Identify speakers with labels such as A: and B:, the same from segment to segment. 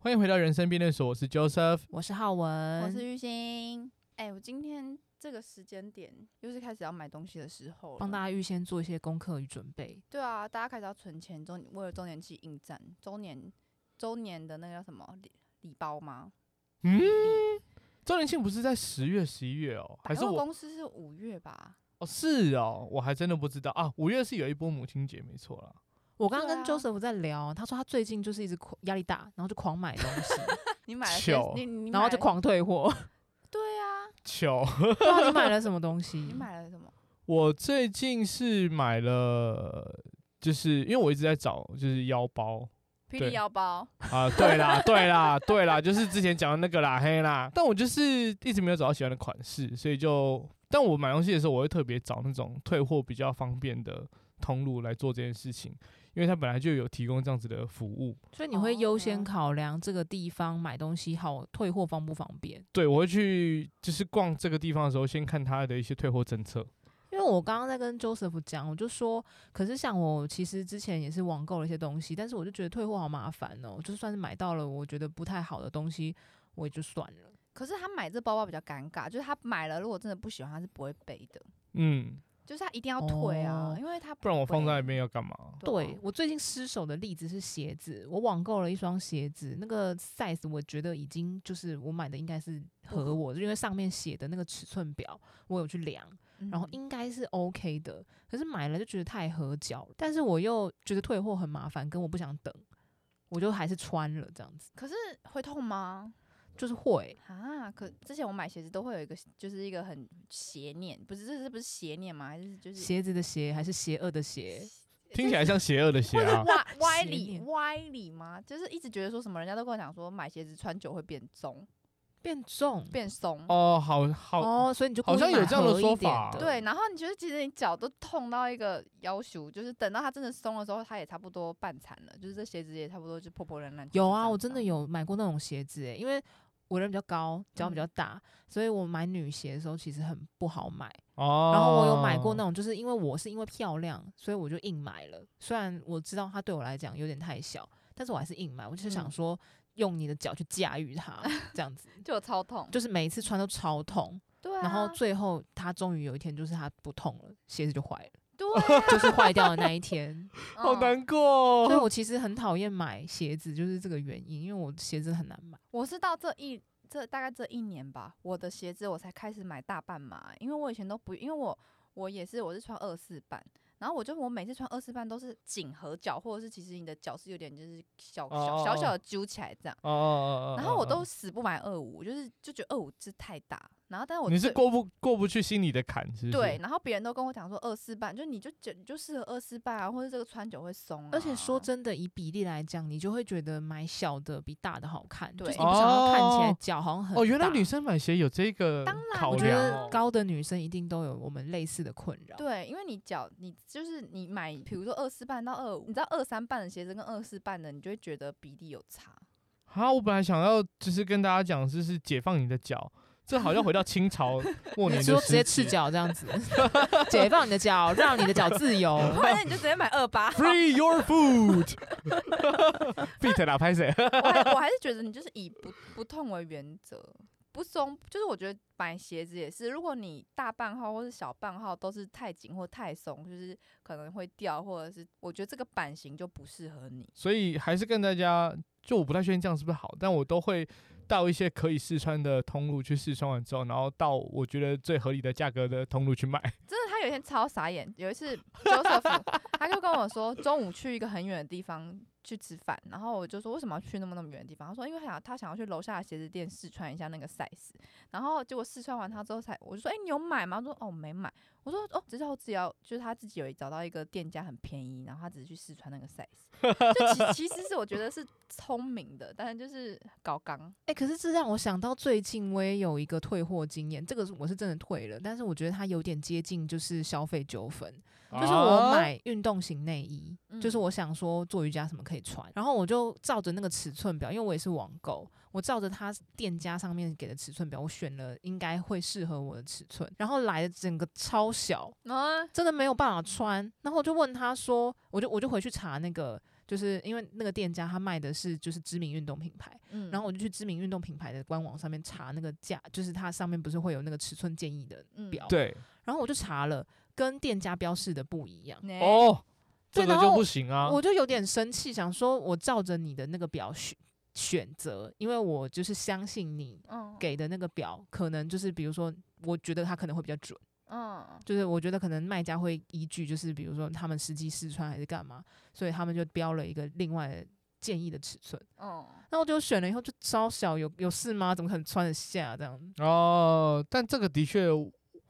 A: 欢迎回到人生辩论所，我是 Joseph。
B: 我是浩文，
A: 嗯
C: 我是玉兴。哎、我今天这个时间点又是开始要买东西的时候了，
B: 帮大家预先做一些功课与准备。
C: 对啊，大家开始要存钱，周为了周年庆应战，周年周年的那个叫什么礼礼包吗？
A: 嗯，周年庆不是在十月、十一月哦，还
C: 百
A: 是
C: 货
A: 我
C: 公司是五月吧？
A: 哦是哦，我还真的不知道啊。五月是有一波母亲节，没错啦。
B: 我刚刚跟
C: 对啊
B: Joseph 在聊，他说他最近就是一直狂压力大，然后就狂买东西，
C: 你买了些
A: 糗
C: 你 你
B: 然后
C: 买
B: 就
C: 了
B: 狂退 货。
C: 对啊，
A: 巧，
B: 对啊，你买了什么东西？
C: 你买了什么？
A: 我最近是买了，就是因为我一直在找就是腰包
C: 霹
A: 对
C: 雳腰包，
A: 啊，对啦， 对啦，对啦，就是之前讲的那个啦，嘿啦。但我就是一直没有找到喜欢的款式，所以就，但我买东西的时候，我会特别找那种退货比较方便的通路来做这件事情，因为它本来就有提供这样子的服务。
B: 所以你会优先
C: 哦
B: 考量这个地方买东西好退货方不方便？
A: 对，我会去就是逛这个地方的时候，先看它的一些退货政策。
B: 因为我刚刚在跟 Joseph 讲，我就说，可是像我其实之前也是网购了一些东西，但是我就觉得退货好麻烦哦，就算是买到了我觉得不太好的东西，我也就算了。
C: 可是他买这包包比较尴尬，就是他买了，如果真的不喜欢，他是不会背的，
A: 嗯，
C: 就是他一定要退啊，
B: 哦
C: 因为他
A: 不然我放在那
C: 会
A: 边要干嘛？
B: 对我最近失手的例子是鞋子，我网购了一双鞋子，那个 size 我觉得已经就是我买的应该是合我，因为上面写的那个尺寸表我有去量，
C: 嗯
B: 然后应该是 OK 的，可是买了就觉得太合脚了，但是我又觉得退货很麻烦，跟我不想等，我就还是穿了这样子，
C: 可是会痛吗？
B: 就是会。
C: 啊，可之前我买鞋子都会有一个，就是一个很邪念，不是这是不是邪念吗？还是
A: 嗯
C: 就是
B: 鞋子的鞋还是邪恶的邪，
A: 听起来像邪恶的鞋
C: 或
A: 啊
C: 者。歪歪
B: 邪
C: 理
B: 念
C: 歪理吗？就是一直觉得说什么，人家都跟我讲说买鞋子穿久会变松，
B: 变重
C: 变松。
A: 哦，好好，
B: 哦，所以你就
A: 好
B: 故意
A: 像有
B: 买
A: 这样的
B: 合一
A: 说
B: 点
A: 法
B: 的
C: 对，然后你觉得其实你脚都痛到一个要求，就是等到它真的松的时候，它也差不多半残了，就是这鞋子也差不多就破破烂烂。
B: 有
C: 就这
B: 啊，
C: 样
B: 我
C: 子
B: 真的有买过那种鞋子诶、欸因为我人比较高，脚比
C: 嗯
B: 较大，所以我买女鞋的时候其实很不好买。
A: 哦，
B: 然后我有买过那种，就是因为我是因为漂亮，所以我就硬买了。虽然我知道它对我来讲有点太小，但是我还是硬买。我就是想
C: 嗯
B: 说，用你的脚去驾驭它，这样 子，
C: 就有超痛，
B: 就是每一次穿都超痛。
C: 对啊，
B: 然后最后它终于有一天，就是它不痛了，鞋子就坏了，
C: 对啊，
B: 就是坏掉的那一天。
A: 好
C: 嗯
A: 难过哦。
B: 所以我其实很讨厌买鞋子，就是这个原因，因为我鞋子很难买。
C: 我是到这一这大概这一年吧，我的鞋子我才开始买大半码，因为我以前都不，因为我我也是我是穿二四半，然后我就我每次穿二四半都是紧合脚，或者是其实你的脚是有点就是小
A: 哦哦
C: 小
A: 哦
C: 小小的揪起来这样，
A: 哦哦哦哦，
C: 然后我
A: 哦
C: 都死不买二五，就是就觉得二五是太大，然后但是我
A: 你是
C: 最
A: 过不过不去心里的坎，是不是？
C: 对，，然后别人都跟我讲说二四半，就你就就你就适合二四半啊，或者这个穿久会松、啊，
B: 而且
A: 哦
B: 说真的，以比例来讲，你就会觉得买小的比大的好看，就
C: 对
B: 是你不想要看起来
A: 哦
B: 脚好像很
A: 哦，原来
B: 大
A: 女生买鞋有这个
C: 当然
A: 考
B: 我觉
A: 量
B: 得
A: 哦。
B: 高的女生一定都有我们类似的困扰。
C: 对，因为你脚你就是你买，比如说二四半到二五，你知道二三半的鞋子跟二四半的，你就会觉得比例有差。
A: 好，我本来想要就是跟大家讲，就是解放你的脚，这好像回到清朝末
B: 你
A: 年
B: 说
A: 的
B: 直接
A: 时
B: 赤
A: 期。。
B: 脚这样子，解放你的脚，让你的脚自由。
C: 不然你就直接买二八
A: Free your foot 。beat 啦，拍谁？
C: 我还我还是觉得你就是以不不痛为原则，不松就是我觉得买鞋子也是，如果你大半号或是小半号都是太紧或太松，就是可能会掉，或者是我觉得这个版型就不适合你。
A: 所以还是跟大家，就我不太确定这样是不是好，但我都会到一些可以试穿的通路去试穿完之后，然后到我觉得最合理的价格的通路去买。
C: 真的，他有一天超傻眼。有一次，Joseph 他就跟我说，中午去一个很远的地方去吃饭，然后我就说为什么要去那么那么远的地方？他说因为他想他想要去楼下的鞋子店试穿一下那个 size，然后结果试穿完他之后才，我就说哎、你有买吗？他说哦没买，我说哦只是我自己要就是他自己有找到一个店家很便宜，然后他只是去试穿那个 size，就其其实是我觉得是聪明的，但是就是搞刚，
B: 哎、可是这让我想到最近我也有一个退货经验，这个是我是真的退了，但是我觉得它有点接近就是消费纠纷。就是
A: 啊
B: 我买运动型内衣，就是
C: 嗯
B: 我想说做瑜伽什么可以穿，然后我就照着那个尺寸表，因为我也是网购，我照着它店家上面给的尺寸表，我选了应该会适合我的尺寸，然后来的整个超小，
C: 啊
B: 真的没有办法穿，然后我就问他说，我就我就回去查那个。就是因为那个店家他卖的是就是知名运动品牌，
C: 嗯
B: 然后我就去知名运动品牌的官网上面查那个价，就是它上面不是会有那个尺寸建议的
C: 嗯
B: 表，
A: 啊对
B: 然后我就查了，跟店家标示的不一样，
C: 呢
A: 哦，这
B: 哎对
A: 个
B: 然
A: 就
B: 后
A: 不行啊。
B: 我就有点生气，想说我照着你的那个表选选择，因为我就是相信你
C: 嗯
B: 给的那个表，可能就是比如说，我觉得它可能会比较准。
C: 嗯
B: 就是我觉得可能卖家会依据就是比如说他们实际试穿还是干嘛，所以他们就标了一个另外的建议的尺寸。
C: 嗯
B: 那我就选了以后就超小，有有事吗？怎么可能穿得下这样？
A: 哦，但这个的确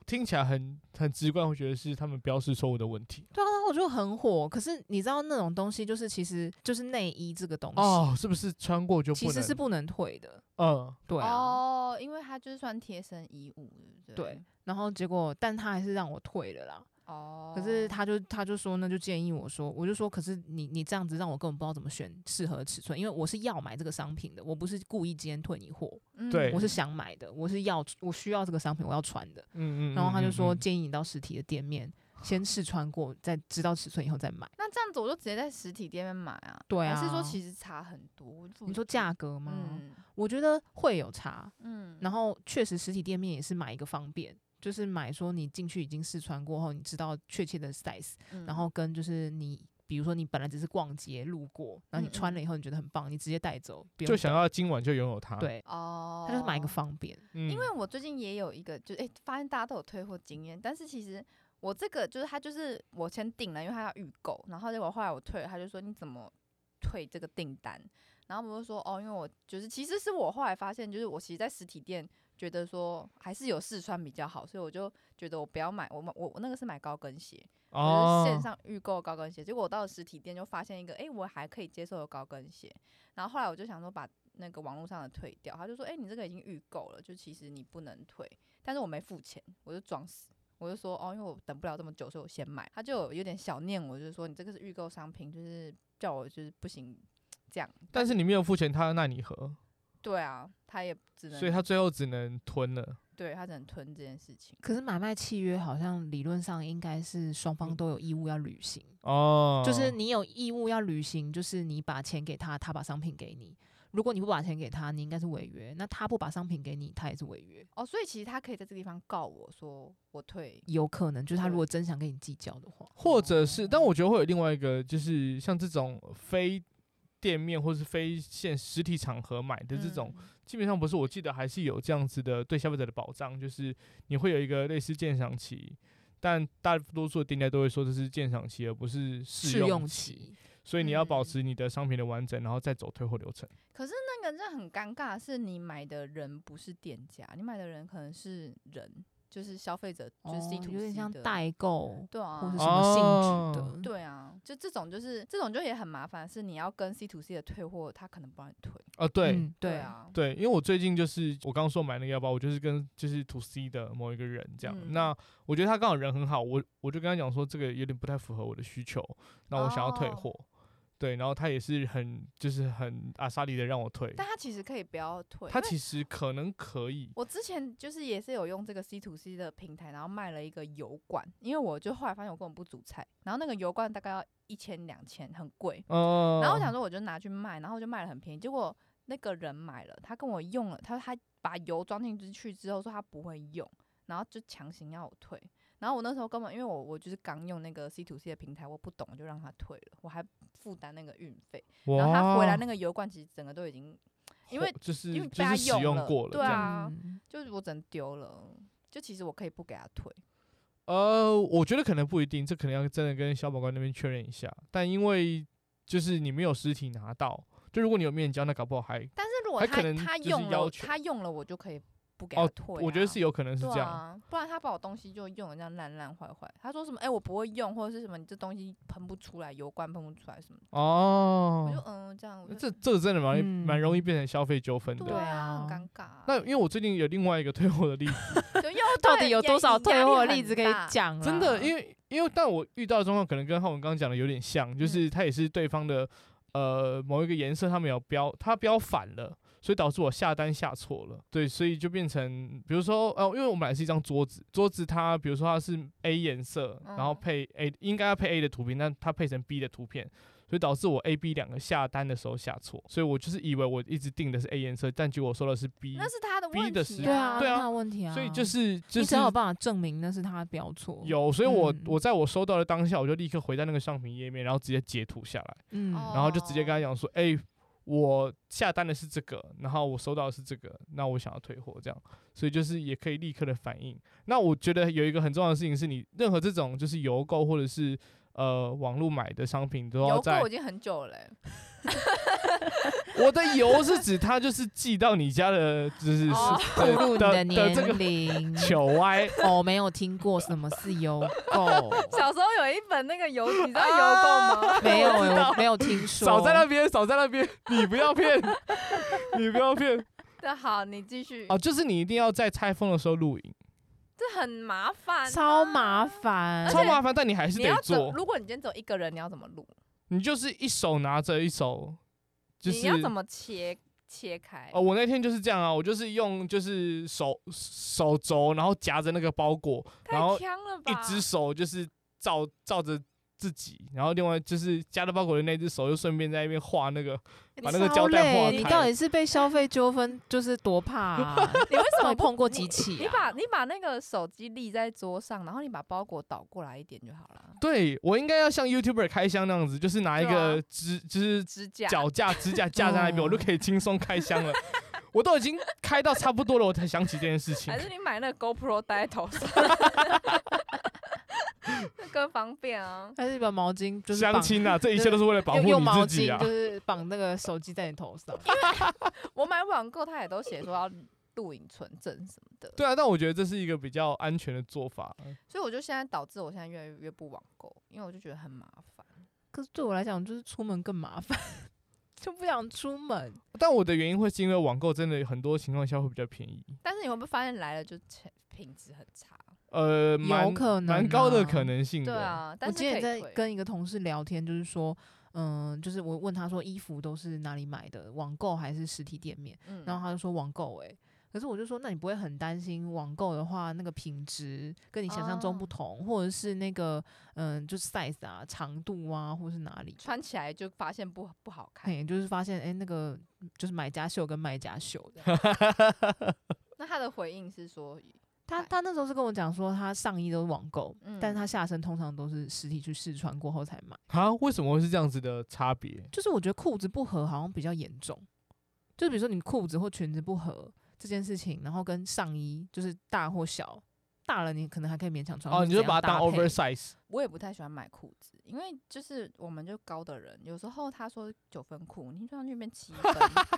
A: 听起来很很直观，我觉得是他们标示错误的问题。
B: 对啊，然后我就很火。可是你知道那种东西就是其实就是内衣这个东西，
A: 哦，是不是穿过就不
B: 其
A: 能？
B: 实是不能退的。
A: 嗯，
B: 对啊，
C: 哦，因为他就是穿贴身衣物，对不
B: 对？然后结果但他还是让我退了啦。
C: 哦，
B: 可是他就他就说那就建议我说，我就说可是你你这样子让我根本不知道怎么选适合的尺寸，因为我是要买这个商品的，我不是故意今天退你货。
C: 嗯
A: 对
B: 我是想买的，我是要我需要这个商品，我要穿的。
A: 嗯嗯嗯。
B: 然后他就
A: 嗯
B: 说
A: 嗯
B: 建议你到实体的店面先试穿过，再知道尺寸以后再买。
C: 那这样子我就直接在实体店面买啊，
B: 对
C: 还是说
B: 啊
C: 其实差很多？
B: 你说价格吗？
C: 嗯
B: 我觉得会有差。
C: 嗯，
B: 然后确实实体店面也是买一个方便，就是买说你进去已经试穿过后，你知道确切的 size，
C: 嗯
B: 然后跟就是你。比如说你本来只是逛街路过，然后你
C: 嗯
B: 穿
C: 嗯
B: 了以后你觉得很棒，你直接带走，不用
A: 就想啊
B: 等
A: 要今晚就拥有它。，
B: 对，
C: 哦，
B: 他就是买一个方便。
A: 嗯、
C: 因为我最近也有一个，就哎、发现大家都有退货经验，但是其实我这个就是他就是我先订了，因为他要预购，然后结果后来我退了，他就说你怎么退这个订单？然后我就说哦，因为我就是其实是我后来发现，就是我其实在实体店觉得说还是有试穿比较好，所以我就觉得我不要买，我买我我那个是买高跟鞋，我
A: 哦
C: 就是线上预购高跟鞋，结果我到了实体店就发现一个，哎、我还可以接受的高跟鞋。然后后来我就想说把那个网络上的退掉，他就说，哎、你这个已经预购了，就其实你不能退，但是我没付钱，我就装死。我就说哦，因为我等不了这么久，所以我先买。他就有有点小念我，就是说你这个是预购商品，就是叫我就是不行这样。
A: 但是你没有付钱，他那你何？
C: 对啊，他也只能，
A: 所以他最后只能吞了。
C: 对他只能吞这件事情。
B: 可是买卖契约好像理论上应该是双方都有义务要履行，
A: 哦，
B: 就是你有义务要履行，就是你把钱给他，他把商品给你。如果你不把钱给他，你应该是违约；那他不把商品给你，他也是违约。
C: 哦，所以其实他可以在这个地方告我说我退，
B: 有可能就是他
C: 对
B: 如果真想跟你计较的话，
A: 或者是，
B: 哦
A: 但我觉得会有另外一个，就是像这种非店面或是非现实体场合买的
C: 嗯
A: 这种，基本上不是，我记得还是有这样子的对消费者的保障，就是你会有一个类似鉴赏期，但大多数的店家都会说这是鉴赏期，而不是试
B: 试
A: 用
B: 用
A: 期，
B: 期
A: 所以你要保
C: 嗯
A: 持你的商品的完整，然后再走退货流程。
C: 可是那个真的很尴尬，是你买的人不是店家，你买的人可能是人，就是消费者，就
B: 哦
C: 是 C to C
B: 有点像
C: 的，
B: 代购
C: 对啊，
B: 或是什
A: 哦
B: 么性质的。
A: 哦
C: 对啊，就这种就是这种就也很麻烦，是你要跟 C to C 的退货，他可能不让你退。
A: 哦、对。
B: 嗯对，
C: 啊，
A: 对，因为我最近就是我刚刚说买那个腰包，我就是跟就是 to C 的某一个人这样。
C: 嗯
A: 那我觉得他刚好人很好，我我就跟他讲说这个有点不太符合我的需求，那我想要退
C: 哦
A: 货。对，然后他也是很就是很阿莎莉的让我退，
C: 但他其实可以不要退，
A: 他
C: 因为
A: 其实可能可以。
C: 我之前就是也是有用这个 C to C 的平台，然后卖了一个油罐，因为我就后来发现我根本不煮菜，然后那个油罐大概要一千两千，很贵。
A: 哦、
C: 然后我想说我就拿去卖，然后我就卖了很便宜，结果那个人买了，他跟我用了，他说他把油装进去之后说他不会用，然后就强行要我退。然后我那时候根本因为我我就是刚用那个 C to C 的平台，我不懂我就让他退了，我还负担那个运费。
A: 哇，
C: 然后他回来那个油罐其实整个都已经，因为
A: 嚯就是
C: 因为被
A: 就
C: 他
A: 是使
C: 用
A: 用
C: 了
A: 过了，
C: 对
A: 这样
C: 啊
B: 嗯
C: 就是我整丢了。就其实我可以不给他退，
A: 呃，我觉得可能不一定，这可能要真的跟消保官那边确认一下。但因为就是你没有实体拿到，就如果你有面交，那搞不好还
C: 但是如果
A: 还
C: 他
A: 可能
C: 他
A: 就是
C: 用
A: 要
C: 了
A: 求
C: 他用了我就可以不给
A: 哦
C: 他退、啊
A: 我觉得是有可能是
C: 对
A: 这样。
C: 啊，不然他把我东西就用的这样烂烂坏坏。他说什么？哎、我不会用，或者是什么？你这东西喷不出来，油罐喷不出来什么的？我就
A: 哦，
C: 嗯这样，我
A: 那
C: 就
A: 这这个真的蛮蛮
B: 嗯
A: 容易变成消费纠纷
C: 对
A: 的。
C: 啊，
B: 对
C: 很
B: 啊
C: 尴尬啊、
A: 那因为我最近有另外一个退货的例子，
C: 就又
B: 到
C: 退
B: 底有
C: 压
B: 多少
C: 力
B: 退
C: 压力
B: 货
C: 很
B: 例子可以
C: 大？
B: 讲啦？
A: 真的，因为因为但我遇到的状况可能跟浩文刚刚讲的有点像，
B: 嗯
A: 就是他也是对方的呃某一个颜色他没有标，他标反了。所以导致我下单下错了，对，所以就变成，比如说，哦、因为我买的是一张桌子，桌子它，比如说它是 A 颜色，然后
C: 嗯
A: 配 A，应该要配 A 的图片，但它配成 B 的图片，所以导致我 A、B 两个下单的时候下错，所以我就是以为我一直订的是 A 颜色，但结果我收到的是 B，
C: 那是他的
A: 逼
C: 问
A: 的
C: 题、
A: 时
B: 对啊，
A: 对啊
B: 那有问题啊。
A: 所以就是就
B: 你
A: 是
B: 只要有办法证明那是他标错，，
A: 有，所以我、
B: 嗯
A: 我在我收到的当下，我就立刻回到那个商品页面，然后直接截图下来，
B: 嗯，
C: 哦
A: 然后就直接跟他讲说，哎、我下单的是这个，然后我收到的是这个，那我想要退货这样，所以就是也可以立刻的反应。那我觉得有一个很重要的事情是你任何这种就是邮购或者是呃网络买的商品都要
C: 邮
A: 在
C: 购已经很久了、欸，
A: 我的邮是指它就是寄到你家的，就是是
C: 哦
B: 透露你
A: 的
B: 的
A: 的这个
B: 年 龄。
A: 糗歪。哦
B: 哦，没有听过什么是 邮购，
A: 啊
C: 小时候有一本那个邮，你知道邮 购吗？
B: 没有，
A: 我知道
B: 我没有听说。
A: 少在那边，少在那边， 你不要 骗，你不要骗
C: 那好，你继续。
A: 哦！就是你一定要在拆封的时候录影，
C: 这很麻烦、啊
B: 超麻。烦，
A: 超麻烦，但你还是
C: 你
A: 得
C: 要走，
A: 做。
C: 如果你今天只有一个人，你要怎么录？
A: 你就是一手拿着，一手就是
C: 你要怎么切切开？
A: 哦，我那天就是这样啊，我就是用就是手手肘，然后夹着那个包裹，然
C: 太
A: 后
C: 强了吧！
A: 一只手就是照照着。自己，然后另外就是夹着包裹的那只手，就顺便在那边画那个，把那个胶带
B: 超
A: 化
B: 累你到
A: 开。
B: 底是被消费纠纷就是多怕 啊？
C: 你为什
B: 到
C: 么
B: 底
C: 不
B: 碰过几起
C: 你
B: 啊？
C: 把你把那个手机立在桌上，然后你把包裹倒过来一点就好了。
A: 对我应该要像 YouTuber 开箱那样子，就是拿一
C: 对啊
A: 个支，就是
C: 支架，
A: 脚架、指甲架在那
B: 嗯
A: 边，我就可以轻松开箱了。 我都已经开到差不多了，我才想起这件事情
C: 还。是你买那个 GoPro 戴在头上， 那更方便啊。
B: 还是把毛巾就是
A: 相
B: 绑
A: 亲啊，这一切都是为了保护
B: 用用毛
A: 你自己
B: 巾
A: 啊
B: 就！是绑那个手机在你头上，
C: 我买网购，他也都写说要录影存证什么的，
A: 对啊，但我觉得这是一个比较安全的做法。呃
C: 所以我就现在导致我现在越来越不网购，因为我就觉得很麻烦。
B: 可是对我来讲就是出门更麻烦，就不想出门。
A: 但我的原因会是因为网购真的很多情况下会比较便宜，
C: 但是你会不会发现来了就切品质很差？
A: 呃，蛮
B: 有可能啊
A: 蛮高的可能性
C: 对
A: 的。
C: 啊，
B: 我
C: 但是
B: 今天也
C: 可
B: 在
C: 以退
B: 跟一个同事聊天，就是说，嗯，就是我问他说衣服都是哪里买的，网购还是实体店面？
C: 嗯
B: 然后他就说网购诶、可是我就说，那你不会很担心网购的话，那个品质跟你想象中不
C: 哦
B: 同，或者是那个嗯，就是 size 啊、长度啊，或是哪里？
C: 穿起来就发现不不好看。
B: 嘿，就是发现诶、那个就是买家秀跟卖家秀的。
C: 那他的回应是说，
B: 他
C: 哎
B: 他那时候是跟我讲说，他上衣都是网购，
C: 嗯
B: 但是他下身通常都是实体去试穿过后才买。
A: 啊，为什么会是这样子的差别？
B: 就是我觉得裤子不合好像比较严重，就比如说你裤子或裙子不合这件事情，然后跟上衣就是大或小，大了你可能还可以勉强穿。
A: 哦，
B: 或
A: 你
B: 是
A: 就
B: 怎
A: 把
B: 样
A: 它当
B: 搭配
A: oversize
C: 我也不太喜欢买裤子，因为就是我们就高的人，有时候他说九分裤，你穿上去变七分，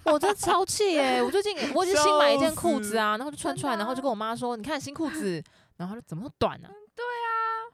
B: 我真的超气耶、我最近我已经新买一件裤子啊，然后就穿出来，
C: 真的啊嗯
B: 然后就跟我妈说：“你看新裤子。”然后她说怎么那么短呢、啊？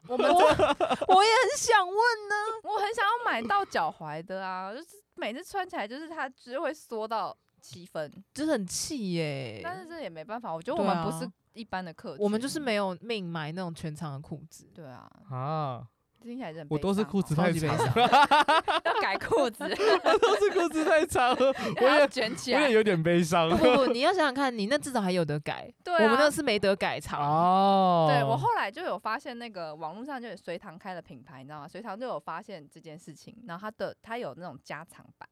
C: 我们
B: 我我也很想问呢、
C: 我很想要买到脚踝的啊，就是每次穿起来就是它只会缩到七分，
B: 就是很气耶、
C: 但是这也没办法，我觉得我们不是一般的客群，
B: 啊我们就是没有命买那种全长的裤子，
C: 对啊，
A: 啊！
C: 听起来就很
A: 我都是裤子
C: 悲
A: 太
B: 超级悲
A: 长，
B: 伤。
C: 伤哦要改裤子，
A: 都是裤子太长了，我
C: 我要
A: 也
C: 卷起
A: 我也
C: 来，
A: 有点悲 伤
B: 不不不，你要想想看，你那至少还有得改，
C: 对
B: 我们那
C: 啊。
B: 是没得改长。
A: 哦。
C: 对我后来就有发现，那个网络上就有隋唐开的品牌，你知道吗？隋唐就有发现这件事情，然后它的它有那种加长版，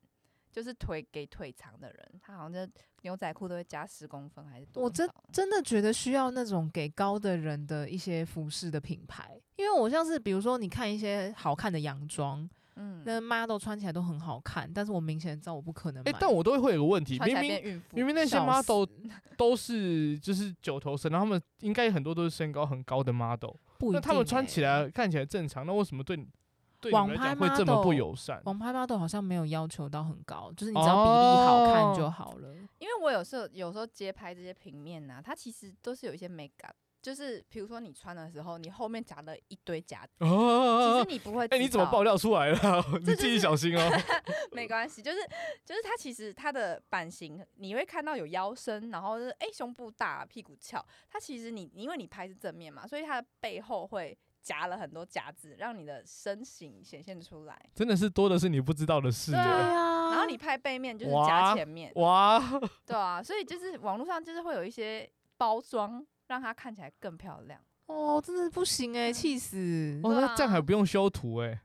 C: 就是腿给腿长的人，他好像就牛仔裤都会加十公分还是多少？
B: 我真的觉得需要那种给高的人的一些服饰的品牌，因为我像是比如说，你看一些好看的洋装，
C: 嗯
B: 那 model 穿起来都很好看，但是我明显知道我不可能买。
A: 哎，但我都会有个问题，
C: 穿起
A: 明
C: 来
A: 明
C: 变孕妇，
A: 明明那些
B: 笑
A: model
B: 死
A: 都是就是九头身，然后他们应该很多都是身高很高的 model，
B: 不一
A: 那
B: 定、欸
A: 他们
C: 欸
A: 穿起，来看起来正常，那为什么对你对你
B: 网
A: 们来讲
B: 拍
A: 会这么不
B: model，
A: 友善？
B: 网拍 model 好像没有要求到很高，就是你只要比例好看
A: 哦
B: 就好了。
C: 因为我有时候有时候街拍这些平面呐、它其实都是有一些 make up，就是比如说你穿的时候，你后面夹了一堆夹子，其
A: 啊
C: 实！你不会知道。
A: 哎，你怎么爆料出来 了？你
C: 这
A: 自己
C: 就是
A: 小心哦。
C: 没关系，就是就是它其实它的版型，你会看到有腰身，然后、就是哎、胸部大、屁股翘。它其实你因为你拍是正面嘛，所以它的背后会夹了很多夹子，让你的身形显现出来。
A: 真的是多的是你不知道的事
C: 对
A: 耶。
B: 啊
C: 然后你拍背面就是
A: 哇
C: 夹前面，
A: 哇，
C: 对啊，所以就是网络上就是会有一些包装，让它看起来更漂亮。
B: 哦，真的不行哎、气死！
A: 哦，
C: 对
A: 那这样还
C: 啊
A: 不用修图哎，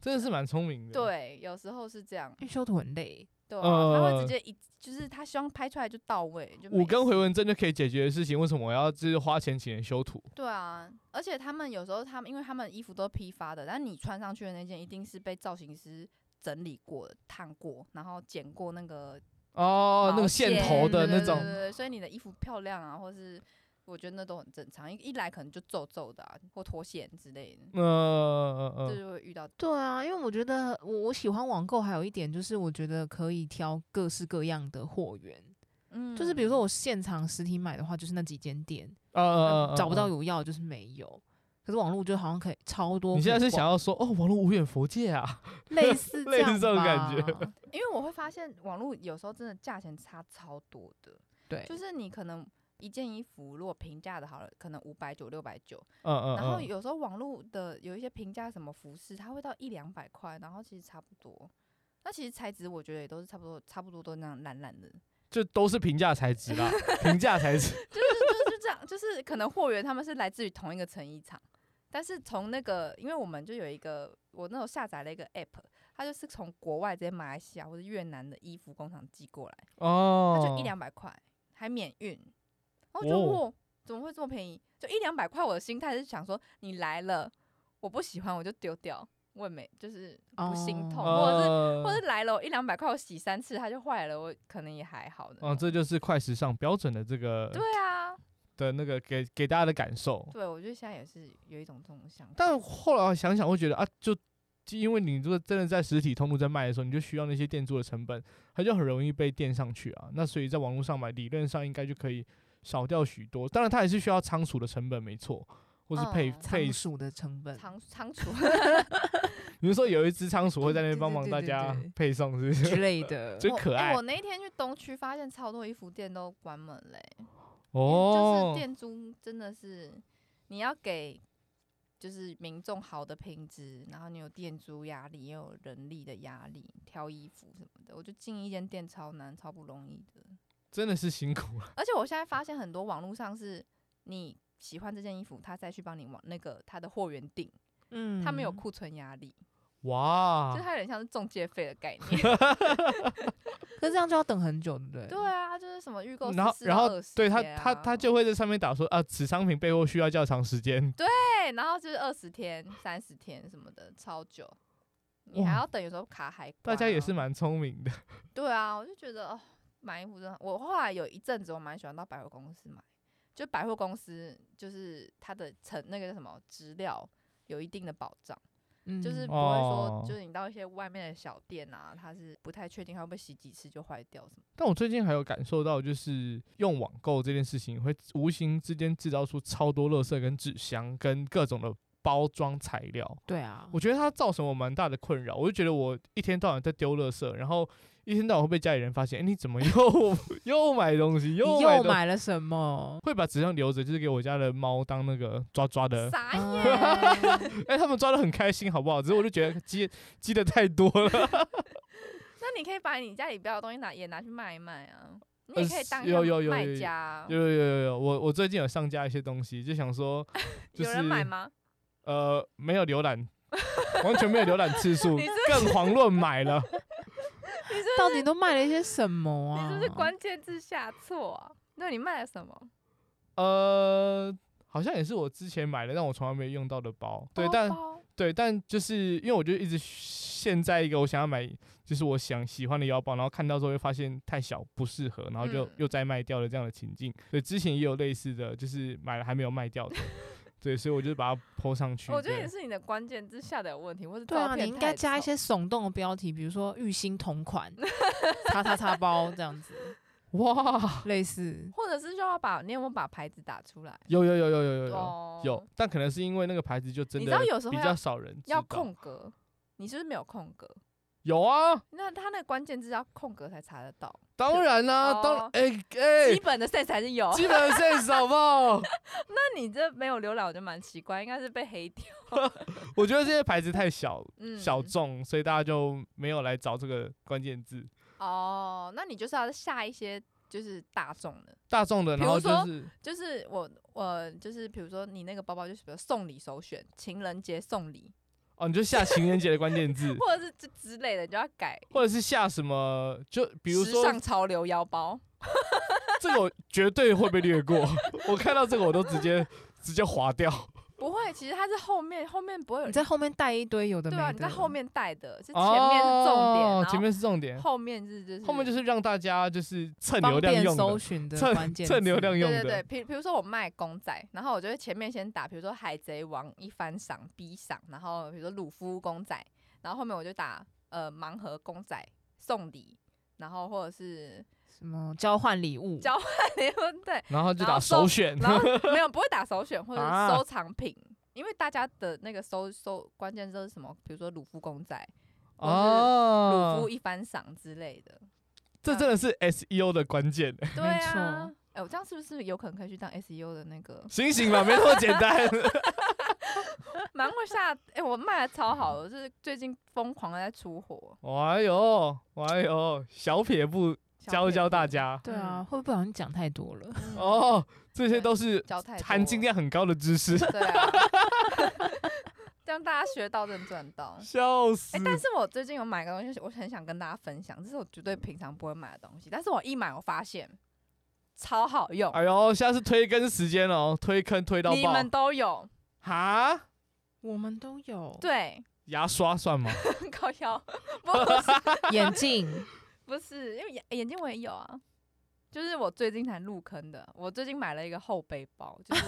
A: 真的是蛮聪明的。，
C: 对，有时候是这样，
B: 因为修图很累，
C: 对、啊，他会
A: 呃
C: 直接一就是他希望拍出来就到位，就没
A: 五根
C: 事
A: 回纹针就可以解决的事情，为什么我要就是花钱请人修图？
C: 对啊，而且他们有时候他们因为他们衣服都是批发的，但你穿上去的那件一定是被造型师整理过、烫过，然后剪过那个
A: 哦，那
C: 毛
A: 个线头的
C: 线
A: 那
C: 对对
A: 种
C: 对，对对所以你的衣服漂亮啊，或是我觉得那都很正常。一一来可能就皱皱的啊，或脱线之类的，
A: 呃呃
C: 这、
A: 呃，
C: 就会遇到。
B: 对啊，因为我觉得我我喜欢网购，还有一点就是我觉得可以挑各式各样的货源，
C: 嗯
B: 就是比如说我现场实体买的话，就是那几间店，
A: 呃呃
C: 嗯
A: 呃，
B: 找不到
A: 呃。
B: 有要就是没有。可是网络就好像可以超多可以逛，
A: 你现在是想要说哦，网络无远佛界啊？
B: 类 似
A: 类似这种感觉
B: 觉？
C: 因为我会发现网络有时候真的价钱差超多的，
B: 对，
C: 就是你可能一件衣服如果平价的好了，可能五百九、六百九，
A: 嗯嗯
C: 然后
A: 嗯，
C: 有时候网络的有一些平价什么服饰，它会到一两百块，然后其实差不多。那其实材质我觉得也都是差不多，差不多都那样懒懒的，
A: 就都是平价材质 啦，平价材质。
C: 就就这样，就是可能货源他们是来自于同一个成衣厂，但是从那个，因为我们就有一个，我那时候下载了一个 app，它就是从国外直接马来西亚或者越南的衣服工厂寄过来，它
A: 哦，
C: 就一两百块，还免运。然后我就
A: 哦
C: 哇，怎么会这么便宜？就一两百块，我的心态是想说，你来了，我不喜欢我就丢掉，我也没就是不心痛，
B: 哦
C: 或者是
A: 呃
C: 或者来了我一两百块，我洗三次它就坏了，我可能也还好的那种。
A: 哦，这就是快时尚标准的这个
C: 对啊，
A: 的那个给给大家的感受。
C: 对，我觉得现在也是有一种这种想法。
A: 但后来想想，会觉得啊，就就因为你如果真的在实体通路在卖的时候，你就需要那些店租的成本，它就很容易被垫上去啊。那所以在网络上买，理论上应该就可以少掉许多。当然，它还是需要仓储的成本，没错，或是配、
C: 嗯
A: 配
B: 仓。鼠的成本，
C: 仓仓储，
A: 比如说有一只仓鼠会在那边
B: 对
A: 帮
B: 对
A: 忙
B: 对
A: 大
B: 对
A: 家
B: 对
A: 配送，是不
B: 之
A: 是？
B: 类的。
A: 真
C: 我
A: 可
C: 欸
A: 爱
C: 我那一天去东区，发现超多衣服店都关门嘞、就是
A: 哦，
C: 店租真的是你要给就是民众好的品质，然后你有店租压力，也有人力的压力，挑衣服什么的，我就进一间店超难，超不容易的。
A: 真的是辛苦 了。
C: 而且我现在发现很多网络上是你喜欢这件衣服，他再去帮你往那个他的货源定，
B: 嗯
C: 他没有库存压力，就是
A: 哇，
C: 它有点像是中介费的概念。
B: 可是这样就要等很久，对不对？
C: 对啊，它就是什么预购、
A: 然后然后对他他他
C: 他
A: 就会在上面打说啊，此商品备货需要较长时间。
C: 对，然后就是二十天、三十天什么的，超久。你还
A: 哇
C: 要等，有时候卡海
A: 大
C: 关、啊
A: 家也是？蛮聪明的。
C: 对啊，我就觉得哦，买衣服真的，我后来有一阵子我蛮喜欢到百货公司买，就百货公司就是它的成那个叫什么质量有一定的保障，
B: 嗯，
C: 就是不
A: 哦
C: 会说，
A: 哦
C: 就是你到一些外面的小店啊，它是不太确定它会不会洗几次就坏掉什么。
A: 但我最近还有感受到，就是用网购这件事情会无形之间制造出超多垃圾、跟纸箱、跟各种的包装材料。
B: 对啊，
A: 我觉得它造成我蛮大的困扰，我就觉得我一天到晚在丢垃圾，然后一天到晚会被家里人发现，哎、你怎么又又买东西，
B: 你
A: 买
B: 又
A: 东西，
B: 买了什 么？
A: 会把纸箱留着，就是给我家的猫当那个抓抓 的。
C: 傻 眼，
B: 啊
A: 哎、他们抓的很开心，好不好？只是我就觉得积积的太多了，
C: 那你可以把你家里不要的东西拿也拿去卖一卖啊，你
A: 呃
C: 也可以
A: 是
C: 当一
A: 有
C: 个
A: 有有
C: 卖
A: 有有
C: 家啊。
A: 有有有有有，我我最近有上架一些东西，就想说，就
C: 有
A: 是
C: 人买吗？
A: 呃，没有浏览，完全没有浏览次数
C: 你是，
A: 更遑论买了。
B: 到底都卖了一些什么
C: 你
B: 啊？
C: 是不是关键字下错啊？那你卖了什么？
A: 呃，好像也是我之前买的，但我从来没用到的包。对，
C: 包
A: 但
C: 包
A: 对，但就是因为我就一直陷在一个我想要买，就是我想喜欢的腰包，然后看到之后又发现太小不适合，然后就
C: 嗯
A: 又再卖掉了这样的情境。对，之前也有类似的，就是买了还没有卖 掉的。对，所以我就把它抛上去。
C: 我觉得
A: 对
C: 也是你的关键字下的有问题，或者
B: 对啊，你应该加一些耸动的标题，比如说“玉鑫同 款”“叉叉叉包”这样子，
A: 哇，
B: 类似。
C: 或者是就要把你有没有把牌子打出来？
A: 有有有有有有有
C: 哦
A: 啊有，，但可能是因为那个牌子就真
C: 你知道
A: 的
C: 有时候
A: 比
C: 要
A: 较少人知
C: 要
A: 道
C: 空格，你是不是没有空格？
A: 有啊，
C: 那它那个关键字要空格才查得到，
A: 当然啦、当
C: 哦
A: 哎哎、
C: 基本的哦 sense 还是有。
A: 基本 sense 好不好？
C: 那 你这没有浏览，我就蛮奇怪，应该是被黑掉。
A: 我觉得这些牌子太小、
C: 嗯，
A: 小众，所以大家就没有来找这个关键字。
C: 哦，那你就是要下一些就是大众的，
A: 大众的，
C: 比
A: 然
C: 如
A: 后就
C: 说
A: 是
C: 就是我我就是比如说你那个包包就是比如送礼首选，情人节送礼，，
A: 哦，你就下情人节的关键字
C: 或者是这之类的，你就要改。
A: 或者是下什么，就比如
C: 时
A: 说
C: 尚潮流腰包，
A: 这 个我绝对会被略过，我看到这个我都直接直接划掉。
C: 不会，其实它是后面后面不会有
B: 你在后面带一堆有的没
C: 对
B: 的，
C: 啊，你在后面带的是前面是重点，
A: 哦
C: 然后
A: 前面是重点，
C: 后面是就是
A: 后面就是让大家就是蹭流
B: 方
A: 量
B: 便
A: 用
B: 搜
A: 的，
B: 寻的
A: 蹭
B: 关键
A: 蹭流
B: 字
A: 量用
C: 对对对，
A: 的。
C: 比比如说我卖公仔，然后我就会前面先打，比如说海贼王一番赏 B 赏，然后比如说鲁夫公仔，然后后面我就打呃盲盒公仔送礼，然后或者是
B: 什么交换礼物，
C: 交换礼物，对，
A: 然后就
C: 然
A: 打
C: 后搜
A: 首 选，
C: 然后没有不会打首选或者
A: 啊
C: 是收藏品，因为大家的那个搜搜关键字是什么？比如说鲁夫公仔、或是鲁
A: 哦
C: 夫，一番赏之类 的。
A: 这真的是 SEO 的关键。
C: 对
B: 没
C: 啊
B: 错，
C: 哎、我这样是不是有可能可以去当 SEO 的那个？
A: 醒醒吧，没那么简 单。
C: 蛮会下，哎、我卖的超好，我是最近疯狂的在出货，
A: 哎呦，哎呦，小撇步
C: 小
A: 教一
C: 撇
A: 教
C: 步
A: 大，家
B: 对啊，
C: 嗯
B: 会不会好像讲太多了？
C: 嗯，
A: 哦，这些都是
C: 教太多
A: 含金，量很高的知 识，
C: 对啊，这样大家学到真的赚到。
A: 笑死
C: 哎、！但是我最近有买个东西，我很想跟大家分享，这是我绝对平常不会买的东西，但是我一买我发现超好用，
A: 哎呦，下次推更时间哦，推坑推到
C: 你
A: 爆
C: 们都有，
A: 哈，
B: 我们都有，
C: 对，
A: 牙刷算 吗？
C: 高腰不是
B: 眼镜，
C: 不是，因为眼眼镜我也有啊。就是我最近才入坑的，我最近买了一个后背包，就是